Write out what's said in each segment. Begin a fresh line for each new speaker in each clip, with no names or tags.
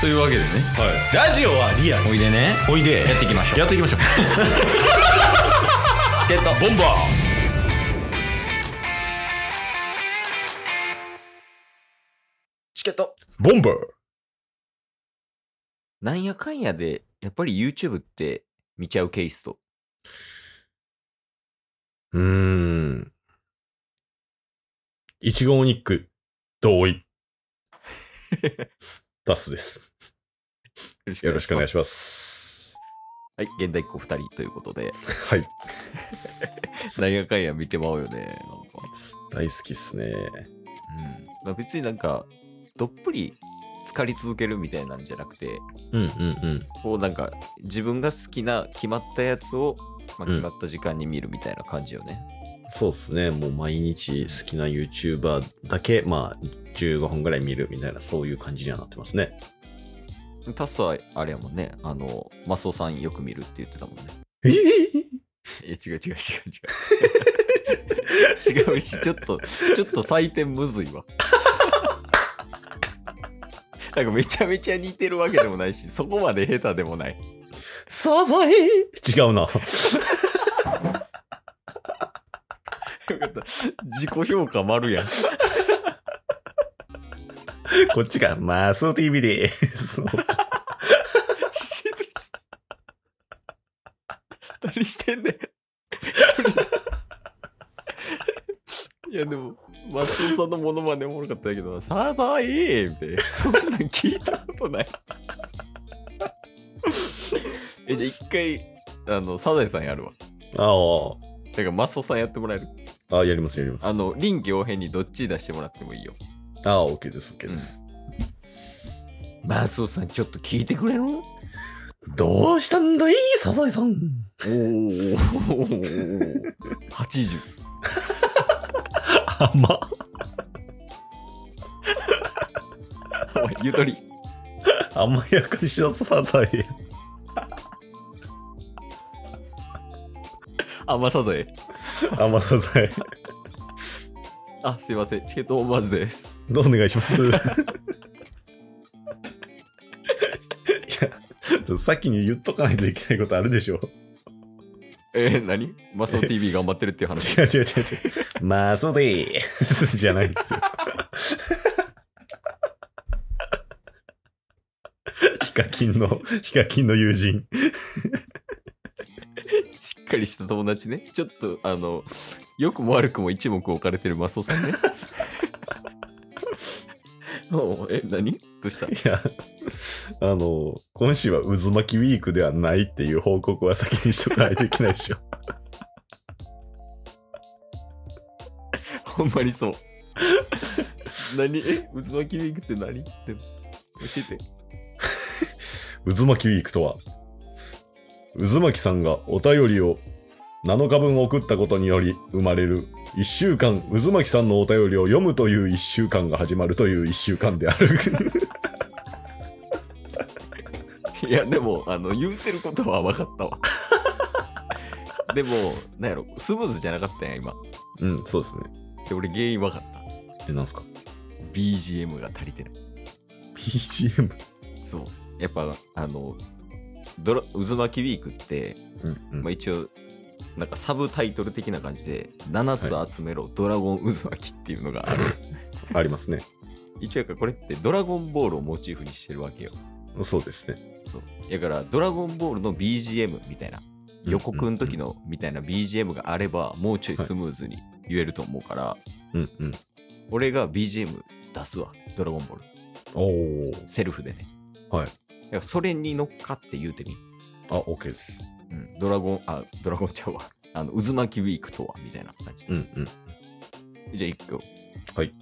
というわけでね
ラジオはリアル
おいでね
おいで
やっていきましょう
やっていきましょう
チケットボンバーチケット
ボンバー
なんやかんやでやっぱり YouTube って見ちゃうケースと
うーん一号ニック同 意ダスですよろしくお願いし
ま
ます
すはい現代っ子2人ということで
はい
なんやかんや見てまおうよねなんか
大好きっすね
うんまあ、別になんかどっぷり浸かり続けるみたいなんじゃなくて
うんうんうん
こうなんか自分が好きな決まったやつを、まあ、
うん
決まった時間に見るみたいな感じよね、
そうっすねもう毎日好きな YouTuber だけまあ15分ぐらい見るみたいなそういう感じにはなってますね
タスはあれやもんねあのマスオさんよく見るって言ってたもんね
え
いや違う違う違う違う違うしちょっとちょっと採点むずいわ なんかめちゃめちゃ似てるわけでもないしそこまで下手でもない
サザエ違うな
よかった自己評価丸やん
こっちがマスオ TV です。
何してんねん。 いやでも、松尾さんのモノマネおもろかったけどな、サザエーみたいな。そんなん聞いたことない。え、じゃあ一回、あの、サザエさんやるわ。
あ
だから、マスオさんやってもらえる。
あ。あやります、やります。
あの、臨機応変にどっち出してもらってもいいよ。
ああ、OK です、OK です。
マスオさん、ちょっと聞いてくれるお
どうしたんだいサザエさん。
ーおー、80。
甘っ。
おいゆとり。
甘やかしのサザエ。
甘サザエ。
甘サザエ。
あ、すいません。チケットオーバーズです。
お願いします。いや、ちょっと先に言っとかないといけないことあるでしょ。
えー、何マスオ TV 頑張ってるっていう話。
違う違う違う違う。マスオでーす。じゃないんですよ。ヒカキンの、ヒカキンの友人。
しっかりした友達ね。ちょっと、あの、良くも悪くも一目置かれてるマスオさんね。おうえ、何どうした
いや、あの、今週は渦巻きウィークではないっていう報告は先にしとかないといけないで しょ。
ほんまにそう。何え、渦巻きウィークって何でも教えて。
渦巻きウィークとは、渦巻きさんがお便りを7日分送ったことにより生まれる1週間、渦巻きさんのお便りを読むという1週間が始まるという1週間であ る。
いやでもあの言うてることは分かったわでもなんやろスムーズじゃなかったんや今
うん、そうですね。
で俺原因分かった
え、なんすか
BGM が足りてない
?BGM?
そうやっぱあのドラ渦巻きウィークって、
うん、
まあ、一応なんかサブタイトル的な感じで「7つ集めろ、ドラゴン渦巻き」っていうのがあ る
ありますね。
一応やからこれってドラゴンボールをモチーフにしてるわけよ
そうですね。
そうやからドラゴンボールの BGM みたいな予告の時のみたいな BGM があればもうちょいスムーズに言えると思うから、
うんうん。
俺が BGM 出すわドラゴンボール
おー。
セルフでね
はい
だからそれに乗っかって言うてみ、
あ、OK です。
うん、ドラゴンあドラゴンちゃうわあの渦巻きウィークとはみたいな感じで、
うんうん。
じゃあ一個
はい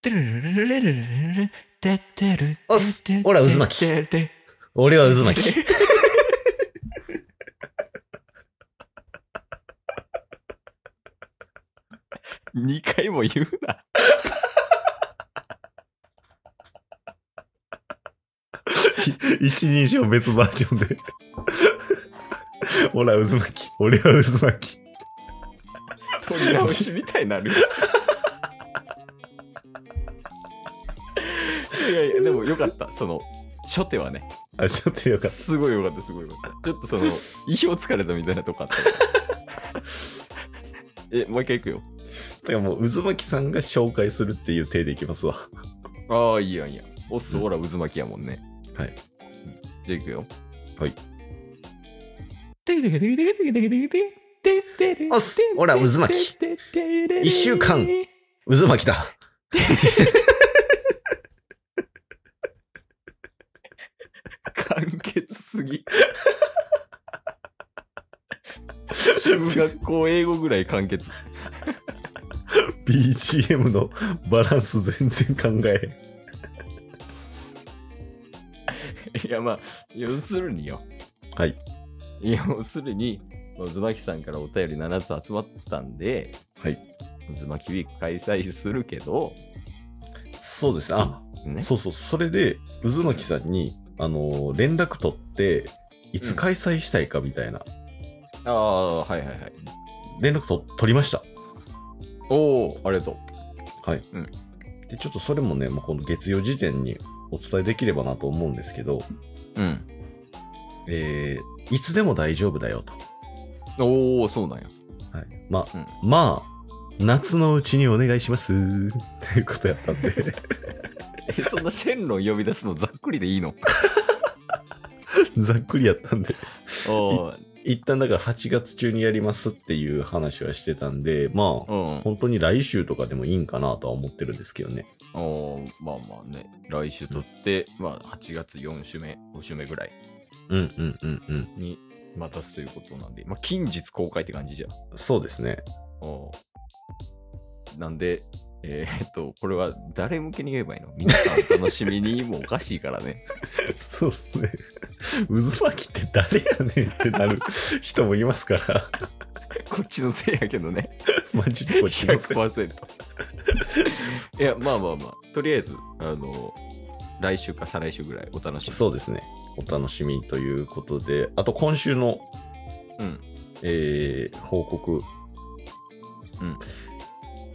てるるるるるるるるてってる
おっすほら渦巻き
てって
俺は渦巻き。
2回も言うな
一人称別バージョンで。ほら、渦巻き。俺は渦巻き。
取り直しみたいになるいやいやでもよかったその初手はね、
あ、ちょっとよかっ
すごい良かった、すごい良かった。ちょっとその、意表つかれたみたいなとこあった。え、もう一回行くよ。
た。てかもう、渦巻さんが紹介するっていう体でいきますわ。
ああ、いいやんいいやん。オス、
うん
オラ、渦巻きやもんね。
はい
うん。じゃあ行くよ。
はい。
てれてれてれてれてれてれてれてれてれ
オスオラ渦巻き。一週間渦巻きだ。
簡潔すぎ。中学校英語ぐらい簡潔。
BGM のバランス全然考えへん。
いやまあ要するによ
はい
要するにまあ渦巻さんからお便り7つ集まったんで
はい。
渦巻きウィーク開催するけど
そうですね。あ、
ね
そうそう。それで、渦巻さんに、あのー連絡取って、いつ開催したいかみたいな。
ああはいはいはい
連絡と取りました。
おおありがとう
はい。
うん
で、ちょっとそれもね、まあ、この月曜時点にお伝えできればなと思うんですけど、
うん
えー、いつでも大丈夫だよと。
おおそうなんや
はい。まあ、
うん
まあ、夏のうちにお願いします。 っていうことやったんで。
えそんなシェンロン呼び出すのざっくりでいいの
ざっくりやったんで。
お
一旦だから8月中にやりますっていう話はしてたんで、まあ、
おうん
本当に来週とかでもいいんかなとは思ってるんですけどね。
おーまあまあね来週とって、まあ8月4週目5週目ぐらい
うんうんうんうん。
に待たすということなんでまあ近日公開って感じじゃん
そうですね。
おうなんで、えーっと、これは誰向けに言えばいいの皆さん楽しみにもおかしいから ね。
そうっすね。 渦巻きって誰やねんってなる 人もいますから、
こっちのせいやけどね。
マジでこっちのせい
100%。いや、まあまあまあ、とりあえず、あの、来週か再来週ぐらいお楽しみ。
そうですね。お楽しみということで、あと今週の、
うん
えー報告、
うん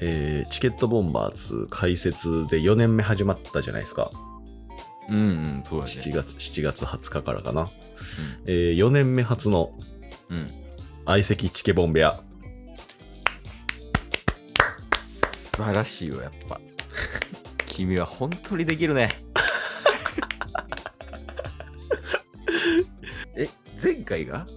えーチケットボンバーズ解説で4年目始まったじゃないですか。
うんうん、そうや
7
ね。
月、7月20日からかな。えー4年目初の
うん。うん。
相席チケボン部屋。
素晴らしいよ、やっぱ。 君は本当にできるね。 え、前回が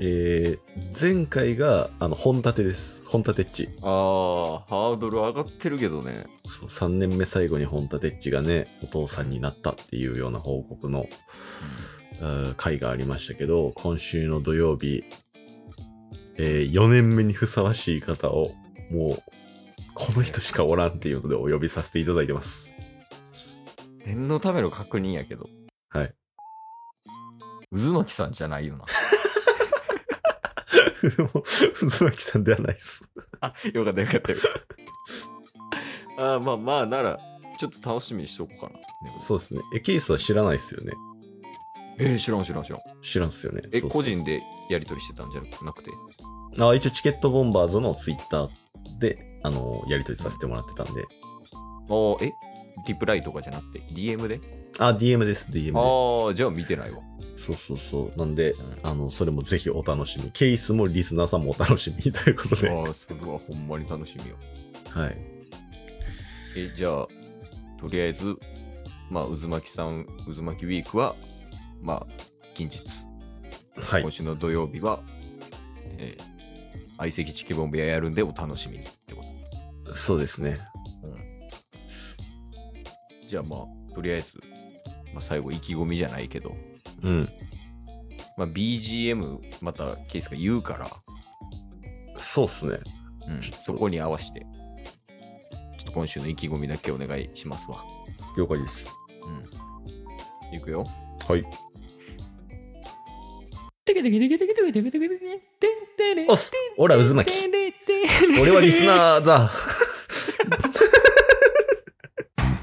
えー前回が、あの、本立てです。本立てっち。
ああ、ハードル上がってるけどね。
そう3年目最後に本立てっちがね、お父さんになったっていうような報告の、えー回がありましたけど、今週の土曜日、え4年目にふさわしい方を、もう、この人しかおらんっていうのでお呼びさせていただいてます。
念のための確認やけど、
はい。
渦巻さんじゃないよな。
もう、渦巻さんではないです。
あ、よかったよかったよか った。あーまあまあ、なら、ちょっと楽しみにしとこうかな。でも
そうですね。え、ケースは知らないですよね。
えー、知らん知らん知らん。
知らんっすよね。
え、
そうそう
個
そう
人でやり取りしてたんじゃなくて。
あ一応チケットボンバーズのツイッターで、あのやり取りさせてもらってたんで。
ああ、えリプライとかじゃなくて、DM で
あ、DM です、DM で。
ああ、じゃあ見てないわ。
そうそうそう。なんで、
う
あの、それもぜひお楽しみ。ケースもリスナーさんもお楽しみということで。は
ああ、それはほんまに楽しみよ。
い。
え、じゃあ、とりあえず、まあ、渦巻さん、渦巻ウィークは、まあ、近日。
はい
今。週の土曜日は、えー相席チケボン部屋やるんでお楽しみにってこ
そうですね。
と。じゃあまあ、とりあえず、まあ、最後意気込みじゃないけど、
うん。
まあ、BGM またケースが言うから、
そうっすね。
うん
ちょっと
そこに合わせて、ちょっと今週の意気込みだけお願いしますわ。
了解です。
うん。いくよ。
はい。お
お
っ
っ
す俺は渦
渦
巻
巻
き。
き
俺はリスナーだ。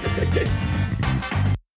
す